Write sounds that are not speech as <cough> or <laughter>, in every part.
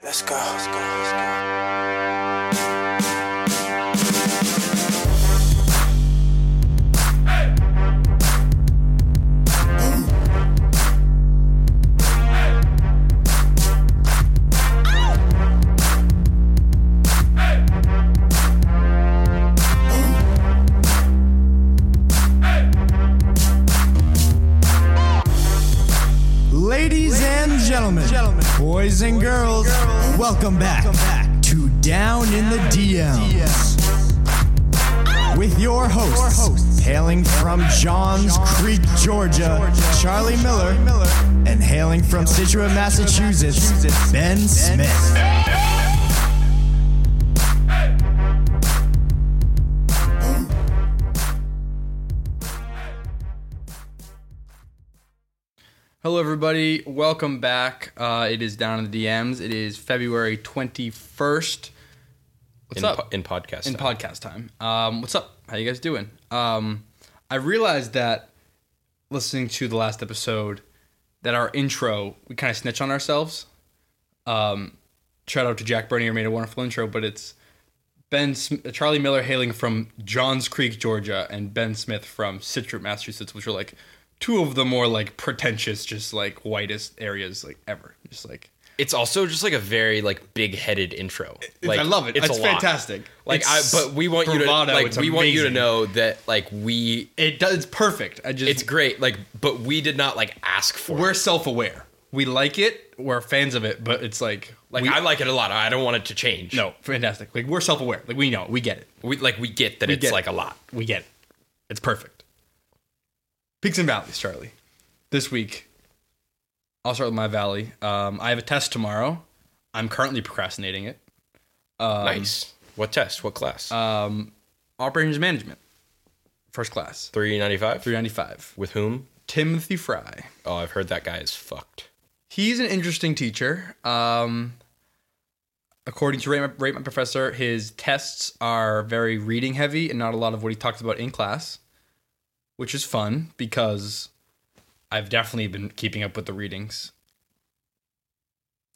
go. Let's go. Let's go. Ladies and gentlemen, boys and girls, welcome back to Down in the DMs with your hosts, hailing from Johns Creek, Georgia, Charlie Miller, and hailing from Situate, Massachusetts, Ben Smith. Hello, everybody. Welcome back. Uh, it is down in the DMs. It is February 21st. What's in, up? po- in podcast. in time. podcast time. Um, what's up? How you guys doing? Um, I realized that listening to the last episode, that our intro we kind of snitch on ourselves. Um, shout out to Jack Bernier made a wonderful intro, but it's Ben Sm- uh, Charlie Miller hailing from Johns Creek, Georgia, and Ben Smith from Citrus, Massachusetts, which are like two of the more like pretentious, just like whitest areas like ever. Just like it's also just like a very like big-headed intro. Like I love it. It's, a lot. fantastic. Like It's I, but we want you to bravado. like It's we want you to amazing. know that like we It does. It's perfect. I just it's great like but we did not like ask for we're it. self-aware. We like it. We're fans of it, but it's like Like we, I like it a lot. I don't want it to change. no fantastic. Like we're self-aware. Like we know. We get it. we like we get that it's get like it. a lot. We get it. It's perfect. Peaks and valleys, Charlie. This week, I'll start with my valley. Um, I have a test tomorrow. I'm currently procrastinating it. um, nice. What test? What class? uh, Operations management, first class, Three ninety-five. three ninety five. With whom? Timothy Fry. Oh, I've heard that guy is fucked. he's an interesting teacher. Um, according to rate my, rate my professor, his tests are very reading heavy and not a lot of what he talks about in class, which is fun because I've definitely been keeping up with the readings.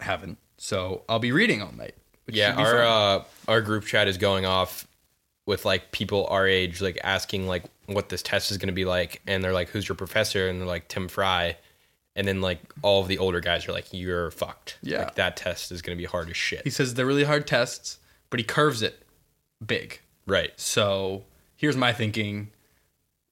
Haven't so I'll be reading all night. which yeah should be our fun. uh, our group chat is going off with like people our age like asking like what this test is going to be like and they're like who's your professor and they're like tim fry and then like all of the older guys are like you're fucked Yeah. like, that test is going to be hard as shit he says they're really hard tests, but he curves it big. right So here's my thinking.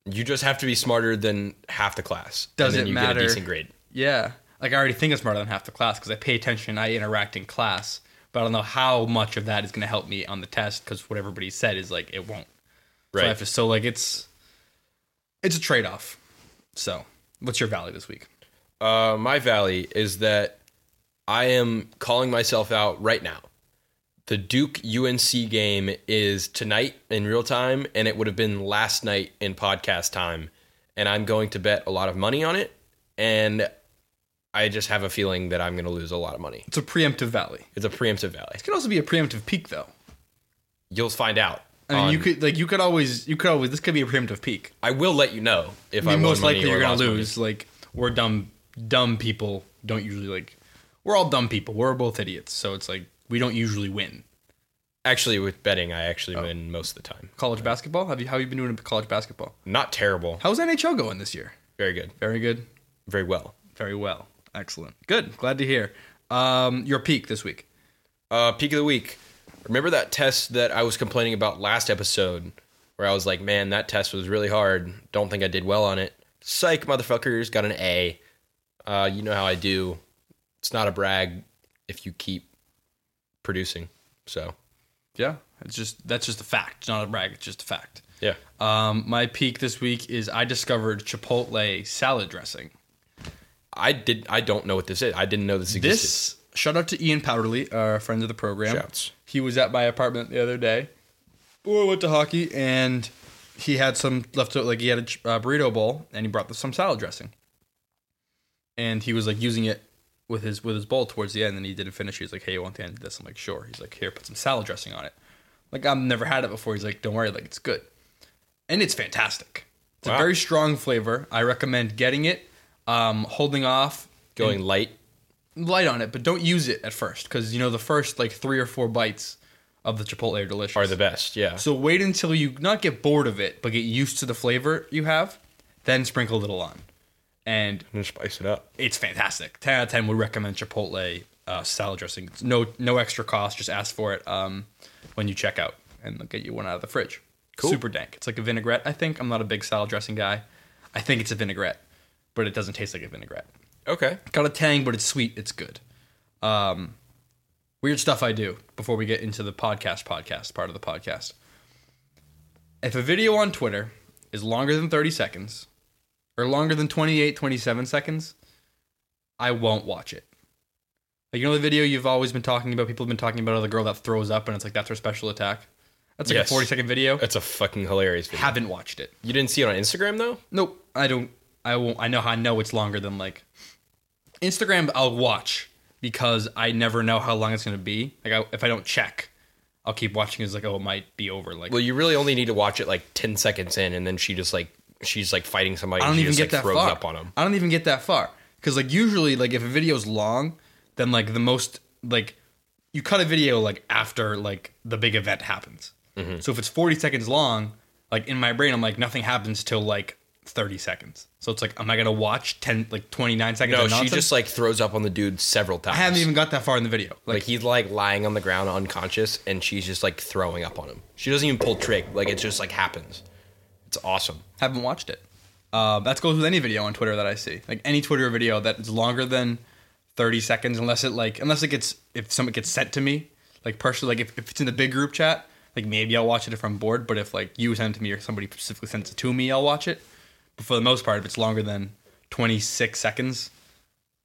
you just have to be smarter than half the class and Doesn't then you matter. get a decent grade Yeah. Like I already think I'm smarter than half the class because I pay attention, I interact in class, but I don't know how much of that is going to help me on the test because what everybody said is like it won't. So, I right have to, so like it's it's a trade off. So what's your value this week? uh, my valley is that I am calling myself out right now. The Duke UNC game is tonight in real time, and it would have been last night in podcast time. And I'm going to bet a lot of money on it. And I just have a feeling that I'm going to lose a lot of money. It's a preemptive valley. It's a preemptive valley. It could also be a preemptive peak though. You'll find out. I mean, you on- could like you could always you could always this could be a preemptive peak. I will let you know if I I mean, won most money likely you're or gonna lost money. lose. Like we're dumb dumb people don't usually like we're all dumb people. We're both idiots. So it's like we don't usually win. Actually, with betting, I actually Oh. win most of the time. college basketball? Have you how have you been doing in college basketball? Not terrible. How's NHL going this year? Very good. Very good. Very well. Very well. Excellent. Good. Glad to hear. Um, your peak this week. Uh, peak of the week. Remember that test that I was complaining about last episode, where I was like, "Man, that test was really hard. Don't think I did well on it." Psych, motherfuckers, got an A. Uh, you know how I do. It's not a brag if you keep producing. So Yeah. It's just that's just a fact. It's not a brag, it's just a fact. yeah, Um, my peak this week is I discovered Chipotle salad dressing. I did. I don't know what this is. I didn't know this existed. This shout out to Ian Powderly, our friend of the program. Shouts. He was at my apartment the other day. We went to hockey, and he had some left. Like he had a ch- uh, burrito bowl, and he brought some salad dressing. And he was like using it with his with his bowl towards the end, and he didn't finish. He was like, "Hey, you want the end of this?" I'm like, "Sure." He's like, "Here, put some salad dressing on it." Like I've never had it before. He's like, "Don't worry, like it's good," and it's fantastic. It's a Wow. very strong flavor. I recommend getting it. Um, holding off, going light. light on it, but don't use it at first because you know the first like three or four bites of the Chipotle are delicious. Are the best, yeah. So wait until you not get bored of it, but get used to the flavor you have, then sprinkle a little on, and and spice it up. it's fantastic. Ten out of ten would recommend Chipotle uh, salad dressing. It's no no extra cost. Just ask for it um, when you check out, and they'll get you one out of the fridge. Cool. Super dank. It's like a vinaigrette. I think I'm not a big salad dressing guy. I think it's a vinaigrette, but it doesn't taste like a vinaigrette. Okay. Got a tang, but it's sweet. It's good. Um, weird stuff I do before we get into the podcast podcast part of the podcast. If a video on Twitter is longer than 30 seconds or longer than 28, 27 seconds, I won't watch it. Like, you know, the video you've always been talking about, people have been talking about, oh, the girl that throws up and it's like, that's her special attack. That's like Yes. Uh, a 40 second video. That's a fucking hilarious video. Haven't watched it. You didn't see it on Instagram though? Nope, I don't. I won't. I know. I know it's longer than like Instagram. I'll watch because I never know how long it's gonna be. Like I, if I don't check, I'll keep watching. It's like oh, it might be over. Like Well, you really only need to watch it like 10 seconds in and then she just like she's like fighting somebody I don't and she even just get that like throws far. up on him. I don't even get that far because like usually like if a video's long, then like the most like you cut a video like after like the big event happens. Mm-hmm. So if it's forty seconds long, like in my brain, I'm like nothing happens till like. 30 seconds. So it's like, am I going to watch 10, like 29 seconds No, of she nonsense? just like throws up on the dude several times. I haven't even got that far in the video. Like, like he's like lying on the ground unconscious and she's just like throwing up on him. She doesn't even pull trick. Like it just like happens. It's awesome. haven't watched it. Uh, that goes with any video on Twitter that I see. Like any Twitter video that is longer than thirty seconds, unless it like unless it gets if something gets sent to me, like personally, like if, if it's in the big group chat, like maybe I'll watch it if I'm bored. But if like you send it to me or somebody specifically sends it to me, I'll watch it. But for the most part, if it's longer than twenty six seconds,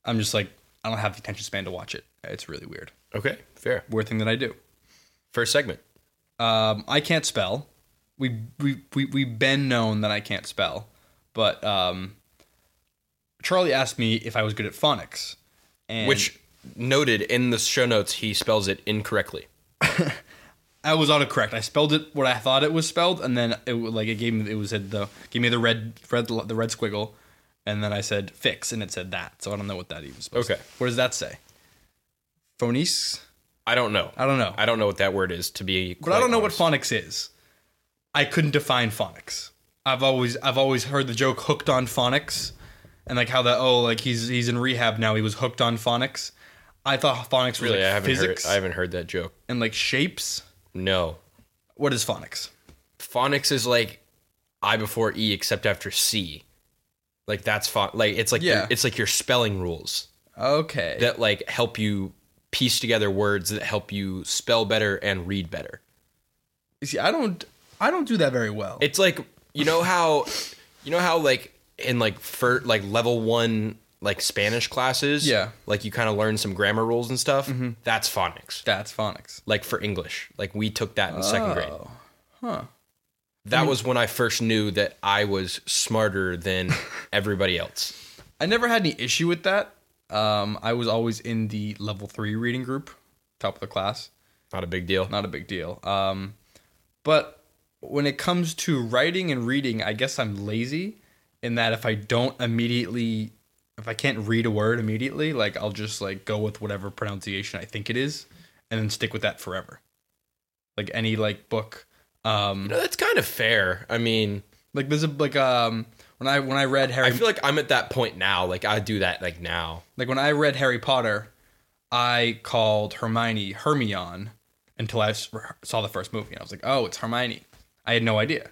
I'm just like I don't have the attention span to watch it. It's really weird. Okay, fair. Weird thing that I do. First segment. Um, I can't spell. We we we we've been known that I can't spell, but um, Charlie asked me if I was good at phonics, and Which noted in the show notes he spells it incorrectly. I was autocorrect. I spelled it what I thought it was spelled, and then it wa- like it gave me it was said the gave me the red red the red squiggle, and then I said fix, and it said that. So I don't know what that even supposed. Okay. to- what does that say? Phonies. I don't know. I don't know. I don't know what that word is to be but I don't know what phonics is. I couldn't define phonics. I've always I've always heard the joke hooked on phonics, and like how that oh like he's he's in rehab now he was hooked on phonics. I thought phonics was really like I haven't physics heard I haven't heard that joke. and like shapes. No. What is phonics? Phonics is like I before E except after C. Like that's fun. Like it's like Yeah. your- it's like your spelling rules Okay, that like help you piece together words that help you spell better and read better. You see I don't I don't do that very well. It's like you know how you know how like in like for like level one like Spanish classes, Yeah. Mm-hmm. like you kind of learn some grammar rules and stuff. That's phonics. That's phonics. Like for English, like we took that in second grade. Oh, huh. Hmm. That was when I first knew that I was smarter <laughs> than everybody else. I never had any issue with that. Um, I was always in the level three reading group, top of the class. Not a big deal. not a big deal. Um, but when it comes to writing and reading, I guess I'm lazy in that if I don't immediately, if I can't read a word immediately, like I'll just like go with whatever pronunciation I think it is, and then stick with that forever. Like any like book, um, No, that's kind of fair. I mean, like there's a like um when I when I read Harry I feel like I'm at that point now. Like I do that like now. Like when I read Harry Potter, I called Hermione Hermione until I s- saw the first movie, and I was like, "Oh, it's Hermione." I had no idea.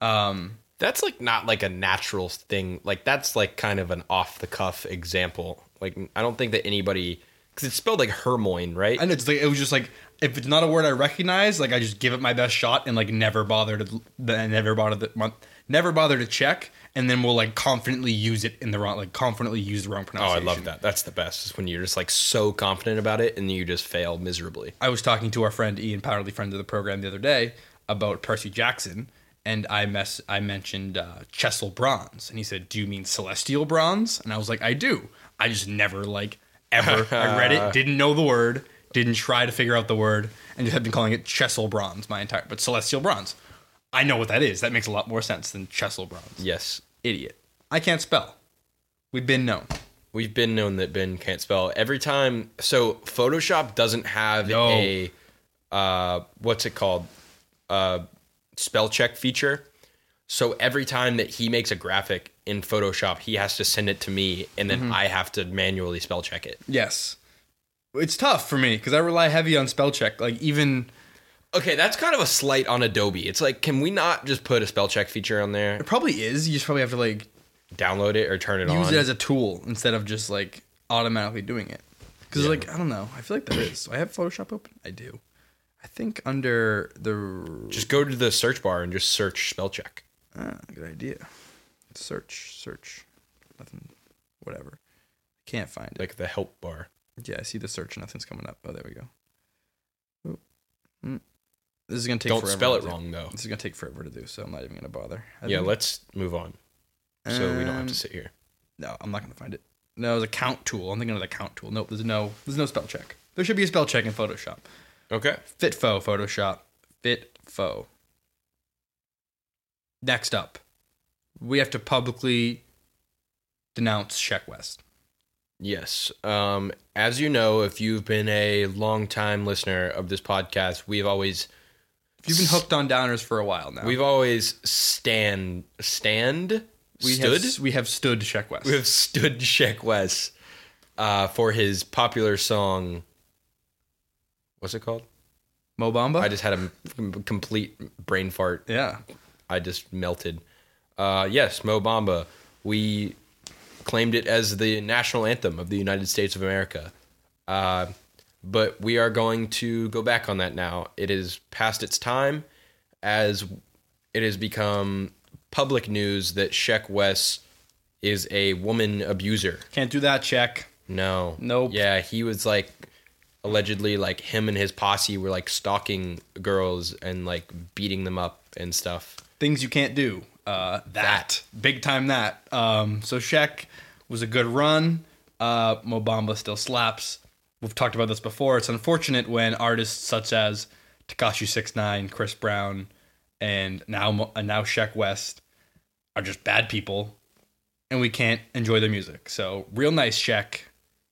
Um, That's like not like a natural thing. Like that's like kind of an off the cuff example. Like I don't think that anybody because it's spelled like Hermoine, right? and it's like it was just like if it's not a word I recognize, like I just give it my best shot and like never bother to then never bother to, never bother to check, and then we'll like confidently use it in the wrong like confidently use the wrong oh, I pronunciation. love that. That's the best. Is when you're just like so confident about it and you just fail miserably. I was talking to our friend Ian Powderly, friend of the program, the other day about Percy Jackson, and I mess I mentioned uh, Chessel Bronze, and he said, "Do you mean Celestial Bronze?" And I was like, "I do. I just never like ever. I read it, didn't know the word, didn't try to figure out the word, and just have been calling it Chessel Bronze my entire. But Celestial Bronze, I know what that is. That makes a lot more sense than Chessel Bronze. Yes. Idiot. I can't spell. We've been known. We've been known that Ben can't spell. Every time, so Photoshop doesn't have No. a uh, what's it called uh, spell check feature. So every time that he makes a graphic in Photoshop, he has to send it to me, and Mm-hmm. then I have to manually spell check it. Yes. It's tough for me because I rely heavy on spell check. Like even Okay, that's kind of a slight on Adobe. It's like, can we not just put a spell check feature on there, it probably is. You just probably have to like download it, or turn it use on? it as a tool instead of just like automatically doing it. Because like I don't know, I feel like there is. Do I have Photoshop open. I do. I think under the just go to the search bar and just search spell check. ah, good idea. Search, search, nothing, whatever. Can't find it. like the help bar. Yeah, I see the search. Nothing's coming up. Oh, there we go. Oop. Mm. This is gonna take. Don't forever spell to it do. wrong though. This is gonna take forever to do, so I'm not even gonna bother. I Yeah, think- let's move on so we don't have Um, to sit here. No, I'm not gonna find it. No, it's a count tool. I'm thinking of the count tool. Nope, there's no there's no spell check. There should be a spell check in Photoshop. Okay. Fitfo Photoshop. Fitfo. Next up, we have to publicly denounce Check West. Yes. Um, as you know, if you've been a long-time listener of this podcast, we've always If you've been hooked on downers for a while now, we've always stand stand we stood Have, we have stood Check West. we have stood Sheck West uh, for his popular song. What's it called? Mobamba. I just had a m- complete brain fart. yeah. I just melted. Uh, yes, Mo Bamba. We claimed it as the national anthem of the United States of America. Uh, but we are going to go back on that now. It is past its time as it has become public news that Sheck Wes is a woman abuser. Can't do that, Check. No. Nope. Yeah, he was like allegedly like him and his posse were like stalking girls and like beating them up and stuff. things you can't do. Uh, that. big time that. Um, so Shaq was a good run. Uh, Mobamba still slaps. We've talked about this before. It's unfortunate when artists such as Takashi Six Nine, Chris Brown, and now Mo- and now Shaq West are just bad people, and we can't enjoy their music. So real nice, Shaq.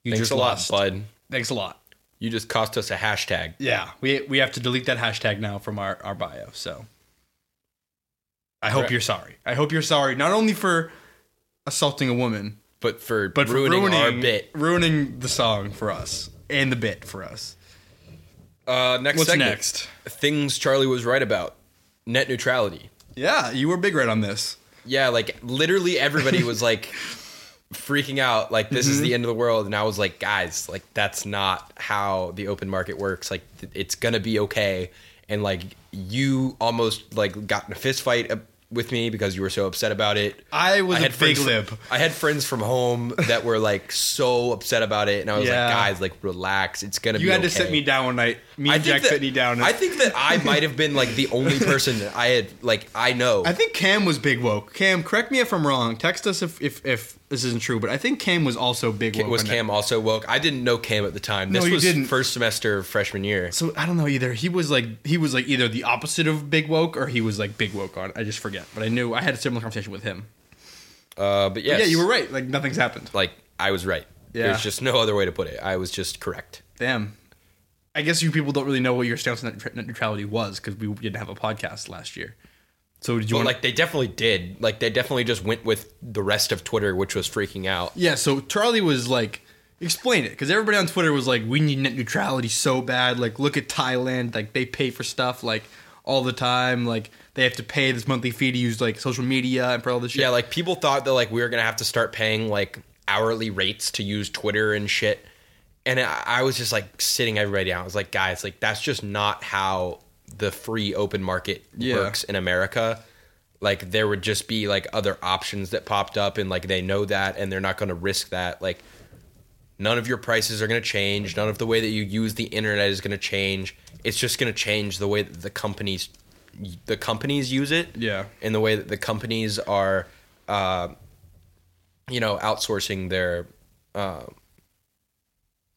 You Thanks just a lot, lost. bud. Thanks a lot. You just cost us a hashtag. Yeah, we we have to delete that hashtag now from our, our bio. So I hope Correct. you're sorry. I hope you're sorry not only for assaulting a woman, But for but for ruining, ruining our bit. ruining the song for us and the bit for us. Uh, next What's segment. next? Things Charlie was right about. Net neutrality. Yeah, you were big right on this. Yeah, like literally everybody was like freaking out, like this Mm-hmm. is the end of the world, and I was like, guys, like that's not how the open market works. Like th- it's gonna be okay. And like you almost like got in a fist fight uh, with me because you were so upset about it. I was a big friends, lib. I had friends from home that were like so upset about it, and I was Yeah. like, guys, like relax, it's gonna You be. had to okay." sit me down one night. Me and Jack that- sit me down. I think that I might have been like the only person that I had like I know. <laughs> I think Cam was big woke. Cam, correct me if I'm wrong. Text us if if, if this isn't true, but I think Cam was also big woke. was on that. Cam also woke? I didn't know Cam at the time. This No, you was didn't. first semester of freshman year. So I don't know either. He was like he was like either the opposite of big woke or he was like big woke on. it. I just forget, but I knew I had a similar conversation with him. Uh, but yes, Yeah, you were right. Like nothing's happened. Like I was right. Yeah. There's just no other way to put it. I was just correct. Damn. I guess you people don't really know what your stance on net net neutrality was because we didn't have a podcast last year. So did you But want Oh, like they definitely did. Like they definitely just went with the rest of Twitter, which was freaking out. Yeah, so Charlie was like, explain it, because everybody on Twitter was like, we need net neutrality so bad. Like, look at Thailand. Like, they pay for stuff like all the time. Like, they have to pay this monthly fee to use like social media and for all this shit. Yeah, like people thought that like we were gonna have to start paying like hourly rates to use Twitter and shit. And I, I was just like sitting everybody down. I was like, guys, like that's just not how the free open market Yeah. works in America. Like there would just be like other options that popped up, and like they know that, and they're not gonna risk that. Like none of your prices are gonna change. None of the way that you use the internet is gonna change. It's just gonna change the way that the companies the companies use it Yeah. in the way that the companies are, uh, you know, outsourcing their uh,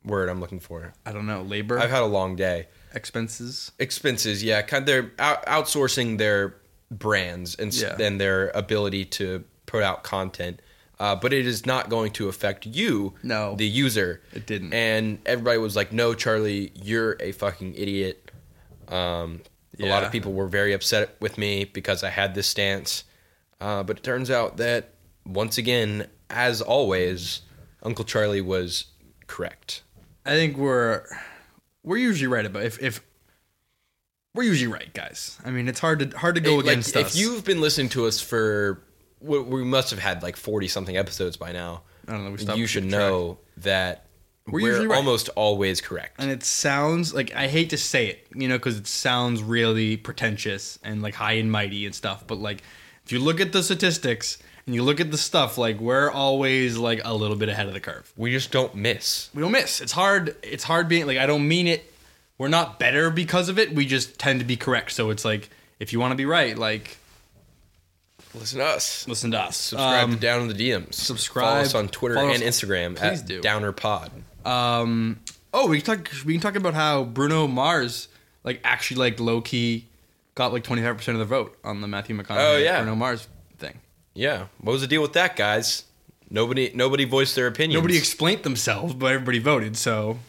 word I'm looking for. I don't know labor I've had a long day. expenses. Expenses, yeah, kind they're out- outsourcing their brands and s Yeah. and their ability to put out content. uh, but it is not going to affect you, No. the user. It didn't. And everybody was like, "No, Charlie, you're a fucking idiot." Um, A lot Yeah. of people were very upset with me because I had this stance, uh, but it turns out that once again, as always, Uncle Charlie was correct. I think we're we're usually right about if if we're usually right, guys. I mean, it's hard to hard to go Like, against if us. you've been listening to us for we- we must have had like 40 something episodes by now I don't know, we stopped you should keeping track. know that we're, usually right. almost always correct and it sounds like I hate to say it, you know, because it sounds really pretentious and like high and mighty and stuff. But like, if you look at the statistics and you look at the stuff, like we're always like a little bit ahead of the curve. we just don't miss We don't miss. It's hard. It's hard being like I don't mean it. We're not better because of it. We just tend to be correct. So it's like if you want to be right, like listen to us listen to us. subscribe Um, to down in the dms follow subscribe. us on twitter Follow and us- instagram Please at do. downer pod Um. Oh, we can talk. We can talk about how Bruno Mars, like, actually, like, low key, got like twenty five percent of the vote on the Matthew McConaughey Oh, yeah. Bruno Mars thing. yeah what was the deal with that guys nobody nobody voiced their opinion Nobody explained themselves, but everybody voted. So,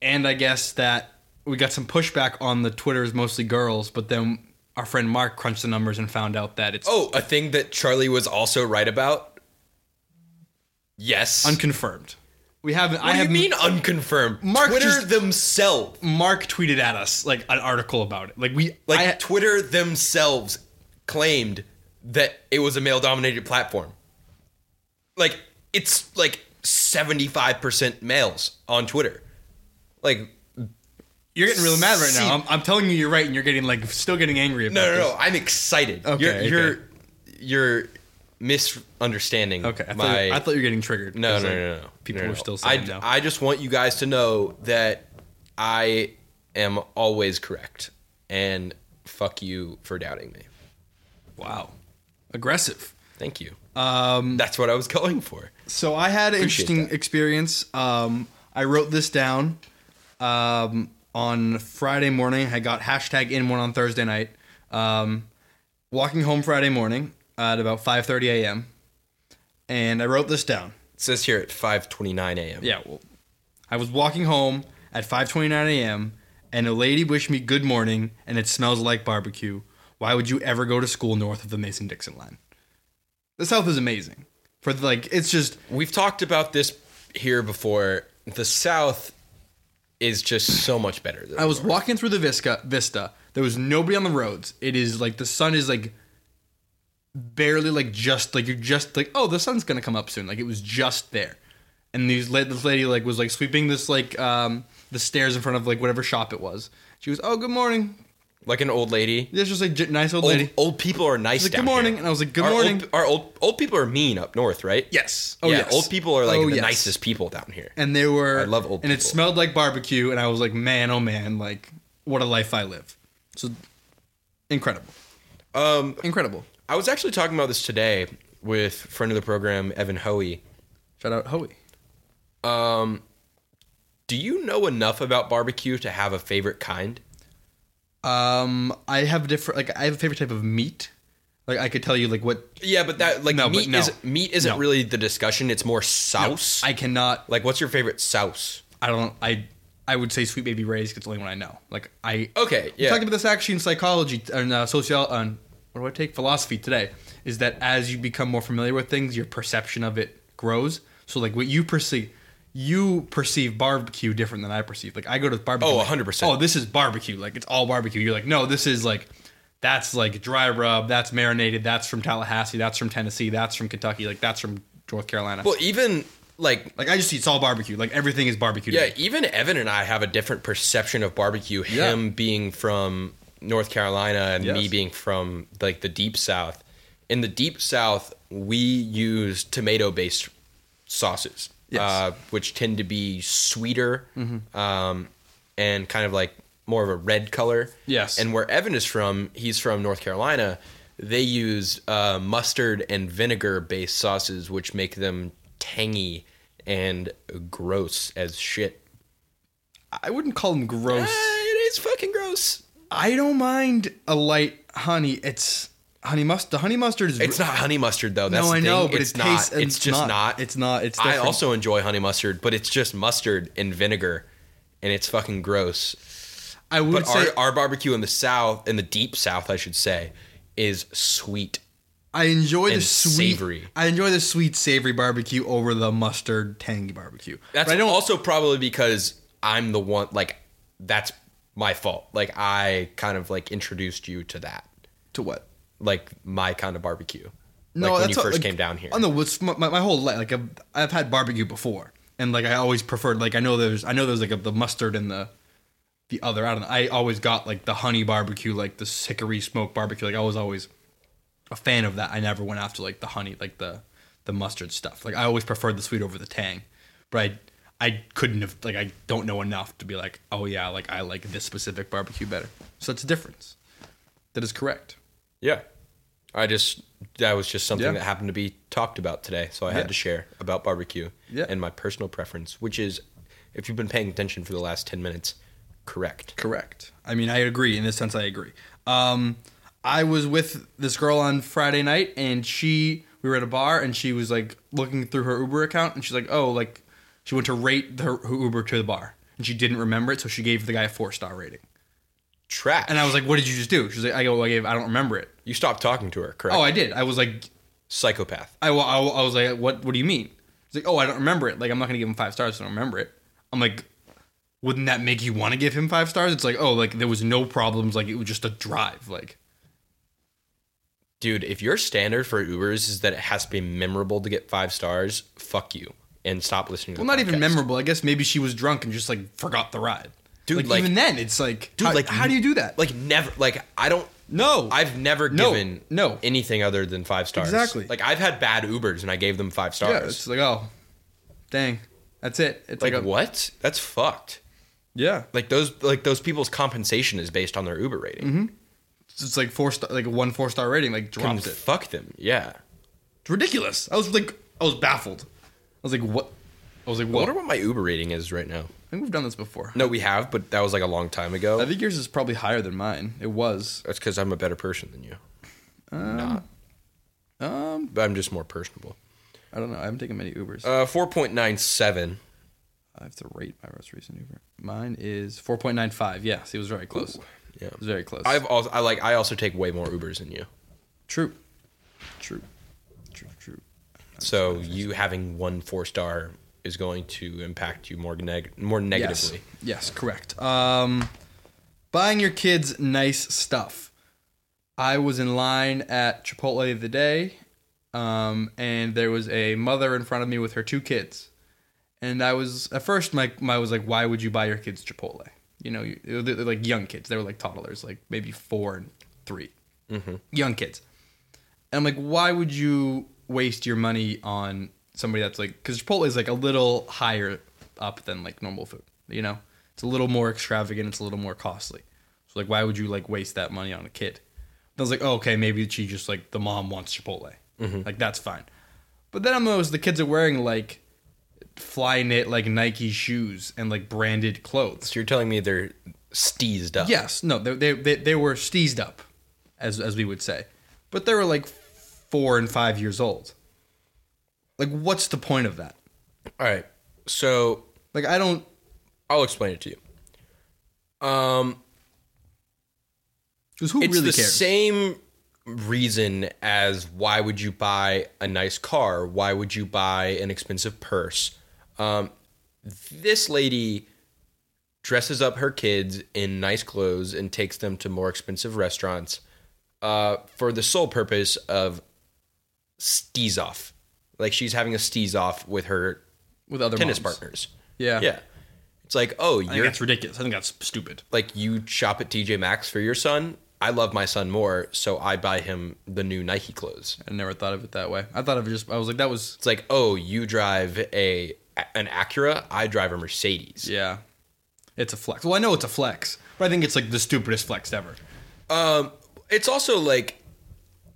and I guess that we got some pushback on the Twitter is mostly girls, but then our friend Mark crunched the numbers and found out that it's oh a thing that charlie was also right about yes unconfirmed. We haven't. I what do have you mean unconfirmed Mark twitter just- themselves Mark tweeted at us like an article about it. Like we Like I- Twitter themselves claimed that it was a male dominated platform. Like it's like 75% males on Twitter. Like You're getting really mad right See- now. I'm, I'm telling you, you're right, and you're getting like still getting angry about no no this. no, I'm excited. Okay, you're okay. you're you're misunderstanding Okay, I thought, my I thought you were getting triggered. no, 'cause, no, like, no, no, no. People no, no, were no. still I, saying no. I just want you guys to know that I am always correct and fuck you for doubting me. wow, aggressive. Thank you. Um, That's what I was <laughs> going for. So I had an Appreciate interesting that. experience. Um, I wrote this down um, on Friday morning. I got hashtag in one on Thursday night. Um, walking home Friday morning at about 5:30 a.m. And I wrote this down. It says here at 5:29 a.m. Yeah, well, I was walking home at 5:29 a.m. and a lady wished me good morning, and it smells like barbecue. Why would you ever go to school north of the Mason-Dixon line? The South is amazing. For the, like, it's just We've talked about this here before. The South is just so much better. Than I was walking through the Visca, Vista. There was nobody on the roads. It is like the sun is like barely like just like you're just like oh the sun's gonna come up soon. Like it was just there, and these la- this lady like was like sweeping this like um the stairs in front of like whatever shop it was. She was oh good morning. like an old lady. This just like j- nice old, Old, lady. old people are nice. She's like, down "Good morning," here. and I was like, "Good Our old- morning." Our old old people are mean up north, right? Yes. Oh Oh yeah. yes. Old people are like Oh, the yes. nicest people down here. and they were I love old and it people. smelled like barbecue and i was like man oh man like what a life i live so incredible um incredible I was actually talking about this today with friend of the program Evan Hoey. shout out hoey Do you know enough about barbecue to have a favorite kind? um i have different like i have a favorite type of meat like i could tell you like what Yeah, but that like No, but meat no. is meat isn't No. really the discussion. It's more sauce. i cannot like, what's your favorite sauce? i don't i i would say sweet baby ray's 'cause it's the only one i know like i Okay, We yeah. talked about this actually in psychology and uh, social on what do I take philosophy today is that as you become more familiar with things, your perception of it grows. So like what you perceive, you perceive barbecue different than I perceive. Like I go to barbecue. Oh, like, 100%. Oh, this is barbecue. Like it's all barbecue. You're like, no, this is like that's like dry rub. That's marinated. That's from Tallahassee. That's from Tennessee. That's from Kentucky. Like that's from North Carolina. Well, even like like I just see it's all barbecue. Like everything is barbecue. to yeah, me. even Evan and I have a different perception of barbecue. Yeah. Him being from North Carolina and me Yes. being from like the deep south. In the deep south, we use tomato-based sauces, Yes. Mm-hmm. uh, which tend to be sweeter um, and kind of like more of a red color. Yes. And where Evan is from, he's from North Carolina. They use uh, mustard and vinegar based sauces, which make them tangy and gross as shit. I wouldn't call them Eh. gross. it is fucking gross. I don't mind a light honey. It's honey mustard. The honey mustard is. It's not honey mustard though. That's no, the I know, thing. but it's it not. tastes. it's just not. It's not. It's. I Different. also enjoy honey mustard, but it's just mustard and vinegar, and it's fucking gross. I would But say our, our barbecue in the south, in the deep south, I should say, is sweet. I enjoy the and sweet. savory. I enjoy the sweet savory barbecue over the mustard tangy barbecue. That's But I don't. also probably because I'm the one. Like, that's my fault. Like, I kind of like introduced you to that, to what? like my kind of barbecue. like when you a- first like, came down here. I know it's my, my, my whole life. Like I've, I've had barbecue before, and like I always preferred. Like I know there's, I know there's like a, the mustard and the the other. I don't know. I always got like the honey barbecue, like the hickory smoked barbecue. Like I was always a fan of that. I never went after like the honey, like the the mustard stuff. Like I always preferred the sweet over the tang. But I I couldn't have like I don't know enough to be like, oh yeah, like I like this specific barbecue better. So it's a difference. That is correct. Yeah. I just that was just something Yeah. that happened to be talked about today, so I Yeah. had to share about barbecue Yeah. and my personal preference, which is if you've been paying attention for the last 10 minutes, correct. Correct. I mean, I agree. In this sense, I agree. Um, I was with this girl on Friday night, and she, we were at a bar, and she was like looking through her Uber account, and she's like, oh, like, she went to rate the, her Uber to the bar, and she didn't remember it, so she gave the guy a four star rating. Trash. And I was like, what did you just do? She's like, I go, I gave, I don't remember it. you stopped talking to her, correct? Oh, I did. I was like, Psychopath. I, wa- I, wa- I was like, what What do you mean? He's like, oh, I don't remember it. Like, I'm not going to give him five stars. I don't remember it. I'm like, wouldn't that make you want to give him five stars? It's like, oh, like there was no problems. Like, it was just a drive. Like, Dude, if your standard for Ubers is that it has to be memorable to get 5 stars, fuck you and stop listening to well, the not even podcast. memorable. I guess maybe she was drunk and just like forgot the ride. Dude, like, like- even then, it's like, Dude, how, like how do you do that? Like never like I don't no, I've never No, given no. anything other than 5 stars. Exactly. Like I've had bad Ubers and I gave them 5 stars. yeah, it's like, oh, dang, that's it. It's like, like a, what? That's fucked. Yeah, Like those like those people's compensation is based on their Uber rating. Mm-hmm. it's, it's like four star, like one four star rating, like Can drops it. fuck them. Yeah. It's ridiculous. I was like, I was baffled. I was like, what? I was like, I what? wonder what my Uber rating is right now. I think we've done this before. No, we have, but that was like a long time ago. I think yours is probably higher than mine. It was. That's because I'm a better person than you. Not. Um, but I'm just more personable. I don't know. I haven't taken many Ubers. Uh, four point nine seven. I have to rate my most recent Uber. Mine is 4.95. Yes, it was very close. yeah. It was very close. I've also I like I also take way more Ubers than you. True. True. True, true. So you having one four star is going to impact you more neg- more Yes. negatively. Yes, correct. Um, buying your kids nice stuff. I was in line at Chipotle the other day, um, and there was a mother in front of me with her two kids. And I was at first, my, my I was like, "Why would you buy your kids Chipotle?" You know, you, they're, they're like young kids. They were like toddlers, like maybe four and 3 young kids. And I'm like, why would you waste your money on somebody that's like, because Chipotle is like a little higher up than like normal food, you know? It's a little more extravagant, it's a little more costly. So, like, why would you like waste that money on a kid? And I was like, oh, okay, maybe she just like, the mom wants Chipotle. Like, that's fine. But then I noticed the kids are wearing like fly knit, like Nike shoes and like branded clothes. So you're telling me they're steezed up. Yes, no, they they they, they were steezed up, as as we would say, but they were like four and five years old. Like, what's the point of that? All right. So Like, I don't. I'll explain it to you. Um, 'cause who it's really the cares? same reason as why would you buy a nice car? Why would you buy an expensive purse? Um, this lady dresses up her kids in nice clothes and takes them to more expensive restaurants uh, for the sole purpose of steez off. Like she's having a steez off with her with other tennis moms. partners. Yeah, Yeah. It's like, oh, I think you're that's ridiculous. I think that's stupid. like you shop at TJ Maxx for your son. I love my son more, so I buy him the new Nike clothes. I never thought of it that way. I thought of it just. I was like, that was. It's like, oh, you drive a an Acura, I drive a Mercedes. Yeah, it's a flex. Well, I know it's a flex, but I think it's like the stupidest flex ever. It's also like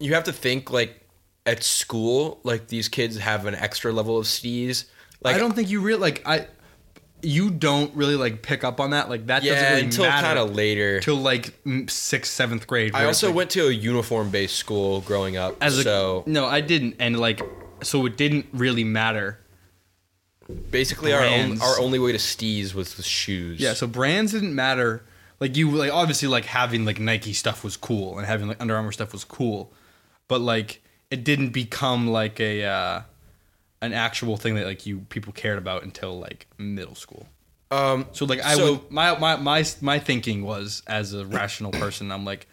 you have to think like at school, like these kids have an extra level of steez. Like I don't think you real like I. you don't really like pick up on that. Like that doesn't yeah, really until matter kind of later. till like mm, sixth, seventh grade. I where it's, also like, went to a uniform based school growing up. as a so no, I didn't, and like so it didn't really matter. basically, our, on, brands. our only way to steez was with shoes. Yeah, so brands didn't matter. Like you like obviously like having like Nike stuff was cool and having like Under Armour stuff was cool, but like it didn't become like a uh, an actual thing that like you people cared about until like middle school. um, So like I So- would my, my my my thinking was as a rational person I'm like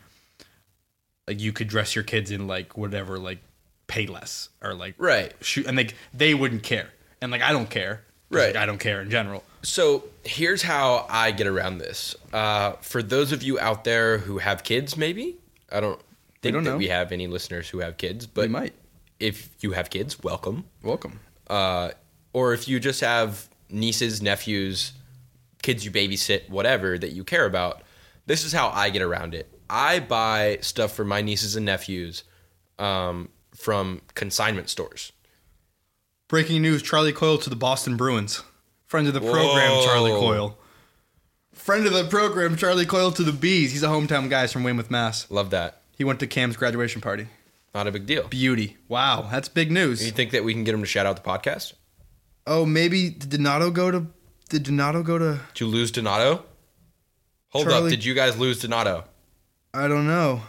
like you could dress your kids in like whatever like pay less or like Right. shoot and like they wouldn't care and like I don't care 'cause, Right. like, I don't care in general So here's how I get around this. Uh, for those of you out there who have kids, maybe I don't think don't that know. we have any listeners who have kids, but We might. If you have kids, welcome. welcome Uh, or if you just have nieces, nephews, kids you babysit, whatever that you care about, this is how I get around it. I buy stuff for my nieces and nephews um, from consignment stores. breaking news Charlie Coyle to the Boston Bruins friend of the program Whoa. Charlie Coyle friend of the program Charlie Coyle to the bees he's a hometown guy he's from Weymouth Mass Love that. he went to Cam's graduation party Not a big deal. beauty wow that's big news You think that we can get them to shout out the podcast? Oh, maybe did Donato go to? Did Donato go to? To lose Donato? Hold up, Charlie- did you guys lose Donato? I don't know.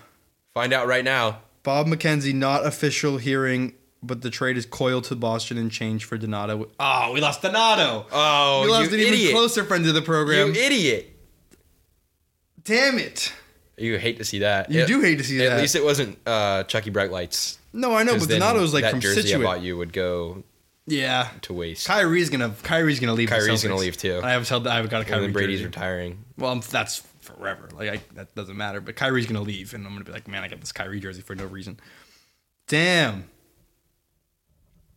Find out right now. Bob McKenzie not official hearing, but the trade is coiled to Boston and change for Donato. Oh, we lost Donato. Oh, we lost you an even idiot. closer friend to the You program. idiot. Damn it! You hate to see that. You do hate to see At that. At least it wasn't uh, Chucky Bright Lights. No, I know, 'cause but then Donato's like that from jersey I bought Situate. you would go Yeah, to waste. Kyrie's gonna Kyrie's gonna leave. the Kyrie's gonna Celtics. leave, too. I have told I've got a and Kyrie then Brady's jersey. retiring. Well, I'm, that's forever. Like I, that doesn't matter. But Kyrie's gonna leave, and I'm gonna be like, man, I got this Kyrie jersey for no reason. Damn.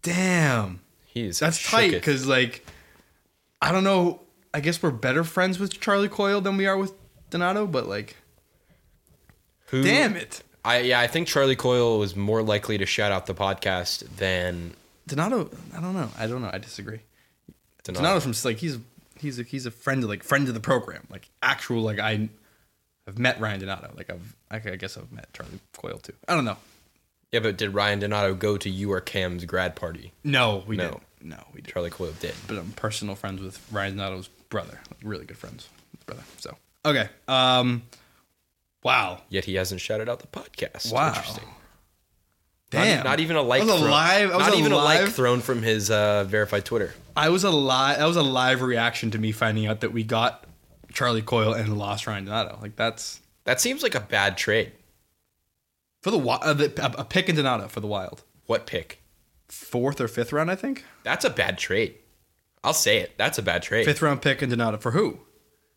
Damn. He's That's tight because like, I don't know. I guess we're better friends with Charlie Coyle than we are with Donato, but like, damn it, I yeah, I think Charlie Coyle was more likely to shout out the podcast than Donato. I don't know. I don't know. I disagree. Donato. Donato's from like he's he's a, he's a friend of like friend of the program, like actual like I. I've met Ryan Donato. Like I've, I guess I've met Charlie Coyle too. I don't know. Yeah, but did Ryan Donato go to you or Cam's grad party? No, we No. didn't. No, we didn't. Charlie Coyle did. But I'm personal friends with Ryan Nato's brother. Like, really good friends, with his brother. So okay. Um, wow. Yet he hasn't shouted out the podcast. Wow. Interesting. Damn. Not, e-, not even a like. I was thrown- alive. I was not even a like alive. thrown from his uh, verified Twitter. I was a live. That was a live reaction to me finding out that we got Charlie Coyle and lost Ryan Donato. Like that's That seems like a bad trade. for the wi- uh, the- a, a pick in Donato for the Wild. What pick? Fourth or fifth round, I think. That's a bad trade. I'll say it. That's a bad trade. Fifth round pick in Donato for who?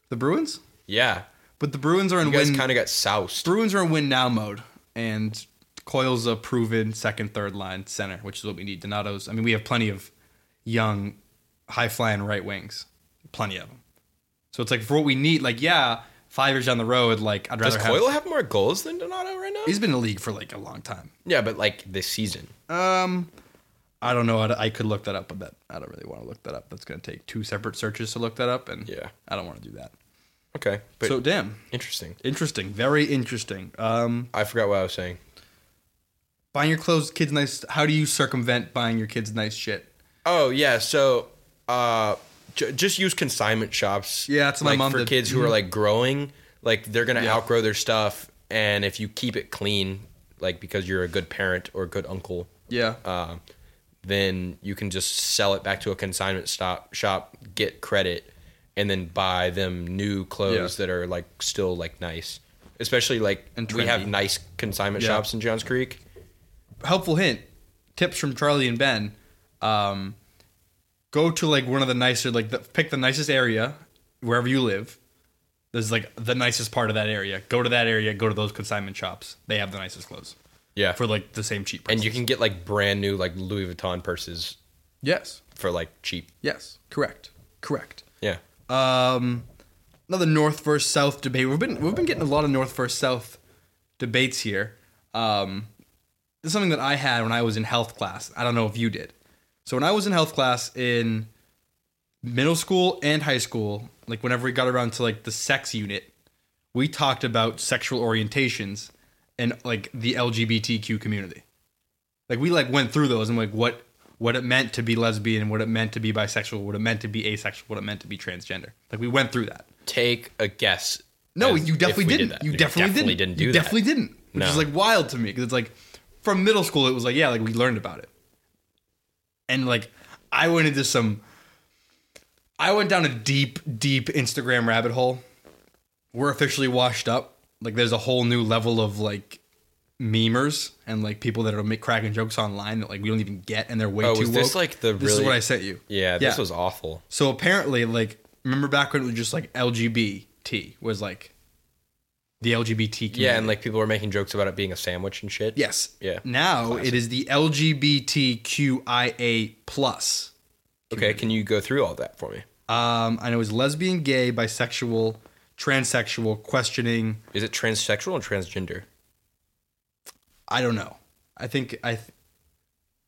The Bruins. Yeah. But the Bruins are in You guys win. kind of got soused. Bruins are in win now mode, and Coyle's a proven second, third line center, which is what we need. Donato's, I mean, we have plenty of young, high flying right wings, plenty of them. So it's like for what we need, like yeah, five years down the road, like I'd Does rather Coyle have. have more goals than Donato right now? He's been in the league for like a long time. yeah, but like this season. Um, I don't know. I'd, I could look that up, but that I don't really want to look that up. That's gonna take two separate searches to look that up, and Yeah. I don't want to do that. Okay. But so damn interesting. interesting, very interesting. Um, I forgot what I was saying. buying your clothes kids nice how do you circumvent buying your kids nice shit Oh yeah, so uh, j- just use consignment shops. Yeah, that's what my like, mom for did. Mm-hmm. kids who are like growing. Like they're gonna Yeah. outgrow their stuff, and if you keep it clean, like because you're a good parent or a good uncle, yeah uh, then you can just sell it back to a consignment stop shop, get credit, and then buy them new clothes that are like still like nice. Especially like And we have trendy. nice consignment Yeah. shops in Johns Creek. helpful hint tips from charlie and ben um, go to like one of the nicer like the, pick the nicest area wherever you live there's like the nicest part of that area go to that area go to those consignment shops they have the nicest clothes Yeah, for like the same cheap price and you can get like brand new like Louis Vuitton purses yes for like cheap. yes correct correct Yeah. Um, another North versus South debate. We've been we've been getting a lot of North versus South debates here. Um, this is something that I had when I was in health class. I don't know if you did. So when I was in health class in middle school and high school, like whenever we got around to like the sex unit, we talked about sexual orientations and like the LGBTQ community. Like we like went through those and like what what it meant to be lesbian, what it meant to be bisexual, what it meant to be asexual, what it meant to be transgender. Like we went through that. Take a guess. No, as you if definitely we didn't. that. you definitely, didn't. do you that. Definitely didn't. Which is No. like wild to me because it's like from middle school it was like yeah like we learned about it, and like I went into some, I went down a deep deep Instagram rabbit hole. We're officially washed up. Like there's a whole new level of like memers and like people that are make cracking jokes online that like we don't even get and they're way Oh, too was this woke. like the this is really- what I sent you. Yeah, this was awful. So apparently, like, remember back when it was just like LGBT was like the LGBT. Community. Yeah, and like people were making jokes about it being a sandwich and shit. yes, Yeah. Now it is the LGBTQIA plus. Okay, can you go through all that for me? Um, I know it's lesbian, gay, bisexual, transsexual, questioning. Is it transsexual and transgender? I don't know. I think I. Th-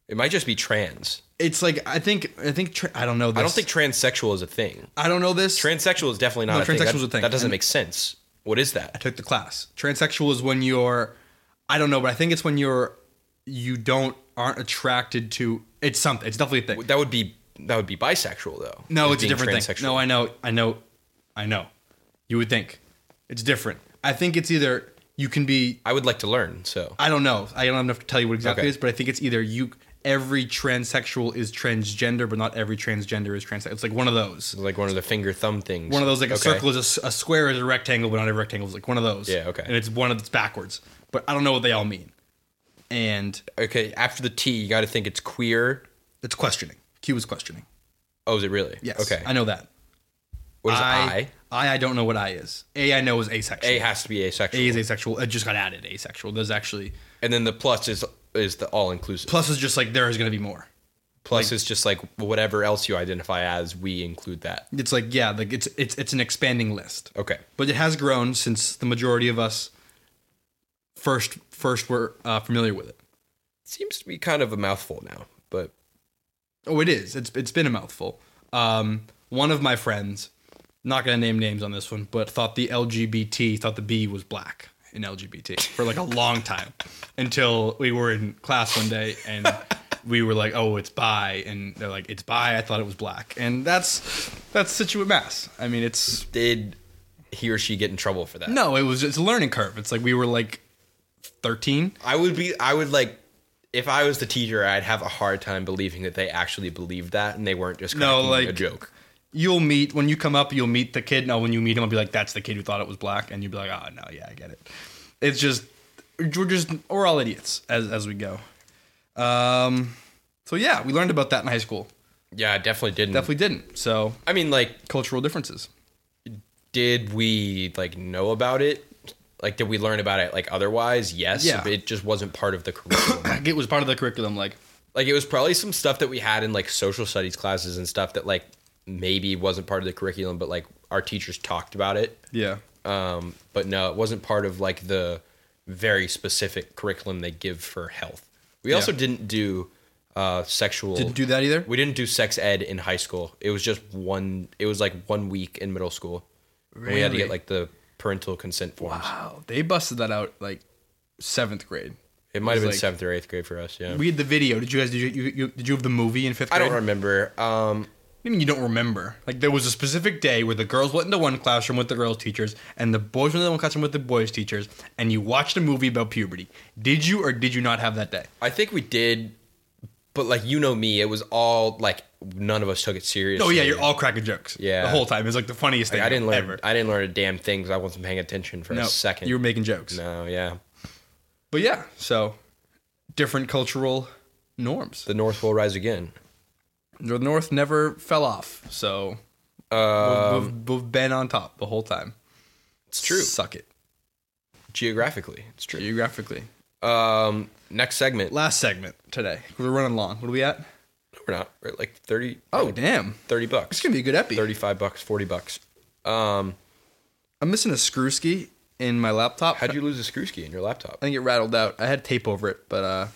It might just be trans. it's like I think I think tra- I don't know. This. I don't think transsexual is a thing. I don't know this. Transsexual is definitely not No, a thing. That- transsexual is a thing. That doesn't And- make sense. What is that? took the class. Transsexual is when you're, I don't know, but I think it's when you're, you don't aren't attracted to. It's something. It's definitely a thing. That would be that would be bisexual though. No, is it's a being different transsexual. thing. No, I know, I know, I know. You would think it's different. I think it's either you can be. I would like to learn. So I don't know. I don't have enough to tell you what exactly Okay. it is, but I think it's either you. Every transsexual is transgender, but not every transgender is transsexual. It's like one of those. like one of the finger thumb things. One of those like a Okay. circle is a s- a, square is a rectangle, but not every rectangle is like one of those. Yeah, okay. And it's one of that's backwards, but I don't know what they all mean. And Okay, after the T, you got to think it's queer. it's questioning. Q is questioning. Oh, is it really? Yes. Okay. I know that. What is I, I? I I don't know what I is. A I know is asexual. A has to be asexual. A is asexual. It just got added asexual. There's actually and then the plus is is the all inclusive. plus is just like there is going to be more. Plus is just like whatever else you identify as, we include that. It's like yeah, like it's it's it's an expanding list. Okay. But it has grown since the majority of us first first were uh, familiar with it. Seems to be kind of a mouthful now, but Oh, it is. It's it's been a mouthful. Um, one of my friends, not gonna name names on this one, but thought the LGBT thought the B was black in LGBT for like a long time <laughs> until we were in class one day and we were like, oh, it's bi, and they're like, it's bi. I thought it was black, and that's that's Situate Mass. I mean, it's did he or she get in trouble for that? no, it was it's a learning curve. It's like we were like thirteen. I would be I would like if I was the teacher, I'd have a hard time believing that they actually believed that and they weren't just No, cracking like- a joke. You'll meet when you come up. You'll meet the kid. Now, when you meet him, I'll be like, "That's the kid who thought it was black," and you'll be like, "Oh no, yeah, I get it." It's just we're just we're all idiots as as we go. Um, so yeah, we learned about that in high school. Yeah, I definitely didn't. Definitely didn't. So I mean, like, cultural differences. did we like know about it? Like, did we learn about it like otherwise? Yes. Yeah. But it just wasn't part of the curriculum. It was part of the curriculum. Like like, it was probably some stuff that we had in like social studies classes and stuff that like maybe wasn't part of the curriculum, but like our teachers talked about it. yeah, Um, but no, it wasn't part of like the very specific curriculum they give for health. We also didn't do uh, sexual. didn't do that either. We didn't do sex ed in high school. It was just one. It was like one week in middle school. When We had to Really? get like the parental consent forms. Wow, they busted that out like seventh grade. It might have was been like- seventh or eighth grade for us. Yeah, We had the video. Did you guys? Did you, you, you did you have the movie in fifth I grade? don't remember. Um, I mean, you don't remember. Like there was a specific day where the girls went into one classroom with the girls' teachers, and the boys went into one classroom with the boys' teachers, and you watched a movie about puberty. Did you or did you not have that day? I think we did, but like you know me, it was all like none of us took it seriously. Oh yeah, you're all cracking jokes. Yeah. the whole time. It's like the funniest thing I didn't learn. ever. I didn't learn a damn thing because I wasn't paying attention for no, a second. you were making jokes. no, yeah. But yeah, so different cultural norms. the North will rise again. The North never fell off, so we've, we've- we've been on top the whole time. Um, It's true. Suck it Geographically, it's true. geographically. Um, next segment. Last segment today. We're running long. What are we at? We're not. We're at like 30, Oh damn, 30 it's bucks, gonna be a good epi. 35 bucks, 40 bucks. Um, I'm missing a screw ski in my laptop. how'd you lose a screw key in your laptop? I think it rattled out. I had tape over it, but uh,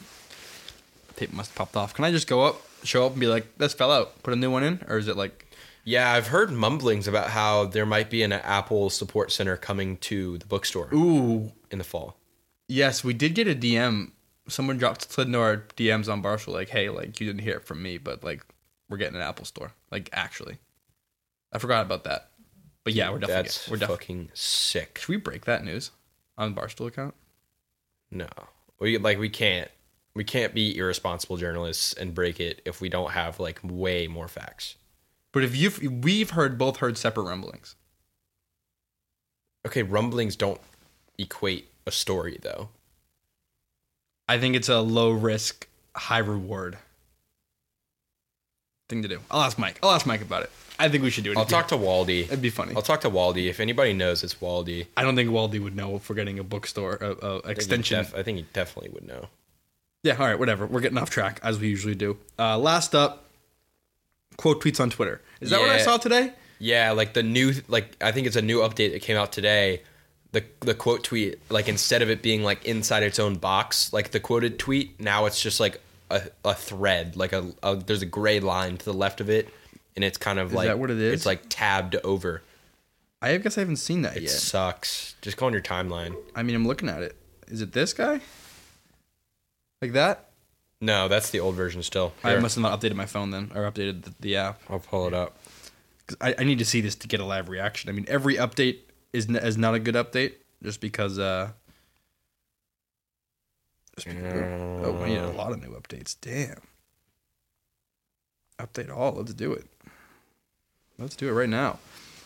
tape must have popped off. Can I just go up, show up, and be like, "This fell out. Put a new one in," or is it like Yeah, I've heard mumblings about how there might be an Apple support center coming to the bookstore Ooh, in the fall. yes, we did get a DM. Someone dropped slid into our DMs on Barstool like, "Hey, like you didn't hear it from me, but like we're getting an Apple Store." Like actually, I forgot about that. But yeah, we're definitely That's we're definitely. fucking sick. Should we break that news on the Barstool account? No, we like we can't we can't be irresponsible journalists and break it if we don't have like way more facts. But if you've we've heard both heard separate rumblings. Okay, rumblings don't equate a story though. I think it's a low risk, high reward thing to do. I'll ask Mike. I'll ask Mike about it. I think we should do it. I'll talk to <laughs> Waldy. It'd be funny. I'll talk to Waldy. If anybody knows, it's Waldy. I don't think Waldy would know if we're getting a bookstore a, a extension. I think, he def- I think he definitely would know. yeah, all right, whatever. We're getting off track as we usually do. Uh, last up, quote tweets on Twitter. Is that what I Yeah. saw today? Yeah, like the new like I think it's a new update that came out today. The the quote tweet like instead of it being like inside its own box, like the quoted tweet, now it's just like a, a thread, like a, a there's a gray line to the left of it, and it's kind of like that what it is? It's like tabbed over. I guess I haven't seen that It yet. sucks. Just go on your timeline. I mean, I'm looking at it. Is it this guy? Like that? No, that's the old version still. I Here, must have not updated my phone then, or updated the, the app. I'll pull it up. 'Cause I, I need to see this to get a live reaction. I mean, every update is n- is not a good update just because. Uh, just because oh, we need a lot of new updates. Damn. Update all. Let's do it. Let's do it right now.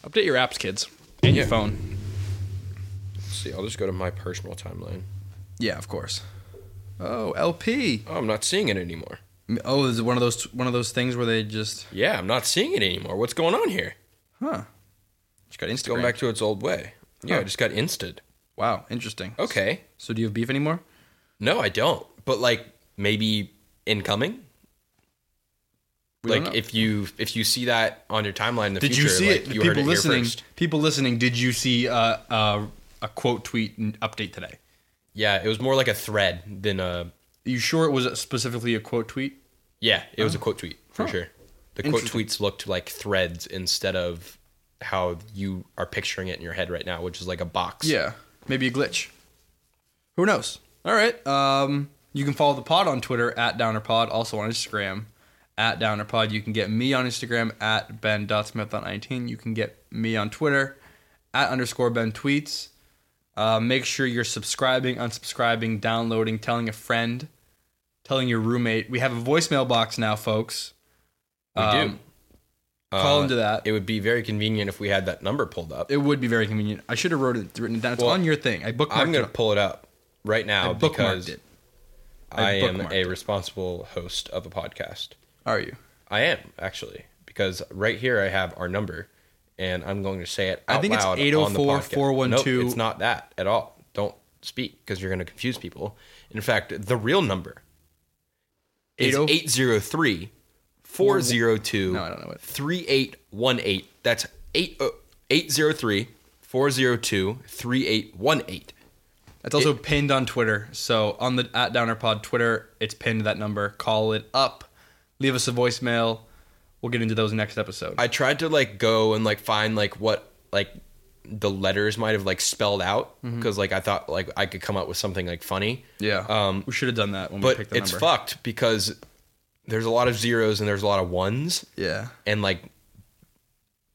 Update your apps, kids, and your phone. Let's see, I'll just go to my personal timeline. Yeah, of course. Oh, LP. Oh, I'm not seeing it anymore. M- Oh, is it one of those one of those things where they just Yeah, I'm not seeing it anymore. What's going on here? huh? Just got It's going Instagram. back to its old way. Yeah, Huh. I just got insted. Wow, interesting. Okay. So, do you have beef anymore? No, I don't. But like maybe incoming. We don't like know. if you if you see that on your timeline in the Did future, you see like, it? You people heard it listening, here first. people listening, did you see uh, uh, a quote tweet n- update today? Yeah, it was more like a thread than a. Are you sure it was specifically a quote tweet? Yeah, it was a quote tweet for Oh. Huh. sure. The quote Interesting. tweets looked like threads instead of how you are picturing it in your head right now, which is like a box. Yeah, maybe a glitch. Who knows? All right. Um, you can follow the pod on Twitter at DownerPod, also on Instagram at DownerPod. You can get me on Instagram at Ben.Smith.19. You can get me on Twitter at underscore Ben Tweets. Uh, make sure you're subscribing, unsubscribing, downloading, telling a friend, telling your roommate. We have a voicemail box now, folks. we Um, do. call Uh, into that. It would be very convenient if we had that number pulled up. It would be very convenient. I should have wrote it written it down. It's Well, on your thing. I bookmarked I'm it. going to pull it up right now I bookmarked because it. I, I am bookmarked a it. responsible host of a podcast. Are you? I am actually because right here I have our number, and I'm going to say it. I Out think it's loud on the podcast. 804-412 Nope, it's not that at all. Don't speak because you're going to confuse people. In fact, the real number is 80 803 402 oh- No, I don't know it. 3818. That's oh, 803 402 3818. It's also pinned on Twitter. So on the at DownerPod Twitter, it's pinned to that number. Call it up. Leave us a voicemail. We'll get into those next episode. I tried to like go and like find like what like the letters might have like spelled out because like I thought like I could come up with something like funny. Mm-hmm. yeah. Um, we should have done that when we but picked the it's number. fucked because there's a lot of zeros and there's a lot of ones Yeah. and like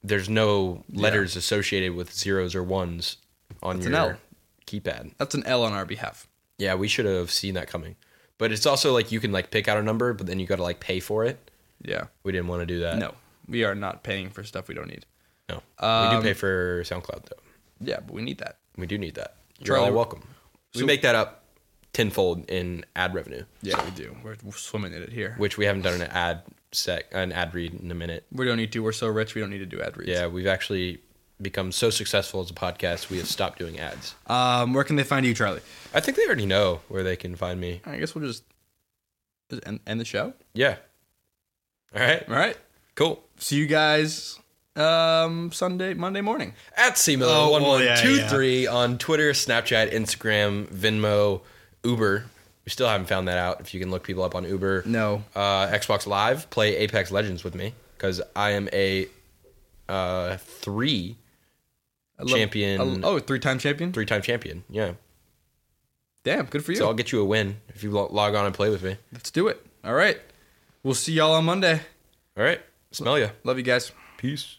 there's no letters associated with zeros or ones on an your L. keypad. That's an L on our behalf. Yeah, we should have seen that coming. But it's also like you can like pick out a number, but then you got to like pay for it. Yeah. We didn't want to do that. No, we are not paying for stuff we don't need. no. we do Um, pay for SoundCloud though. Yeah, but we need that. We do need that. You're Charlie, all welcome. so- we make that up tenfold in ad revenue, Yeah, we do. We're, we're swimming in it here. which we haven't done an ad sec an ad read in a minute. We don't need to. We're so rich. We don't need to do ad reads. Yeah, we've actually become so successful as a podcast, we have stopped doing ads. Um, where can they find you, Charlie? I think they already know where they can find me. I guess we'll just just end, end the show. Yeah. All right. All right. Cool. See you guys um, Sunday, Monday morning. At C Miller Oh, one well, one yeah, two yeah. three on Twitter, Snapchat, Instagram, Venmo, Uber. We still haven't found that out. If you can look people up on Uber, No. uh, Xbox Live, play Apex Legends with me because I am a uh, three I love- champion, I- oh, three time champion. three time champion. Yeah. Damn, good for you. So I'll get you a win if you lo- log on and play with me. Let's do it. All right. We'll see y'all on Monday. All right. Smell ya. Love you guys. Peace.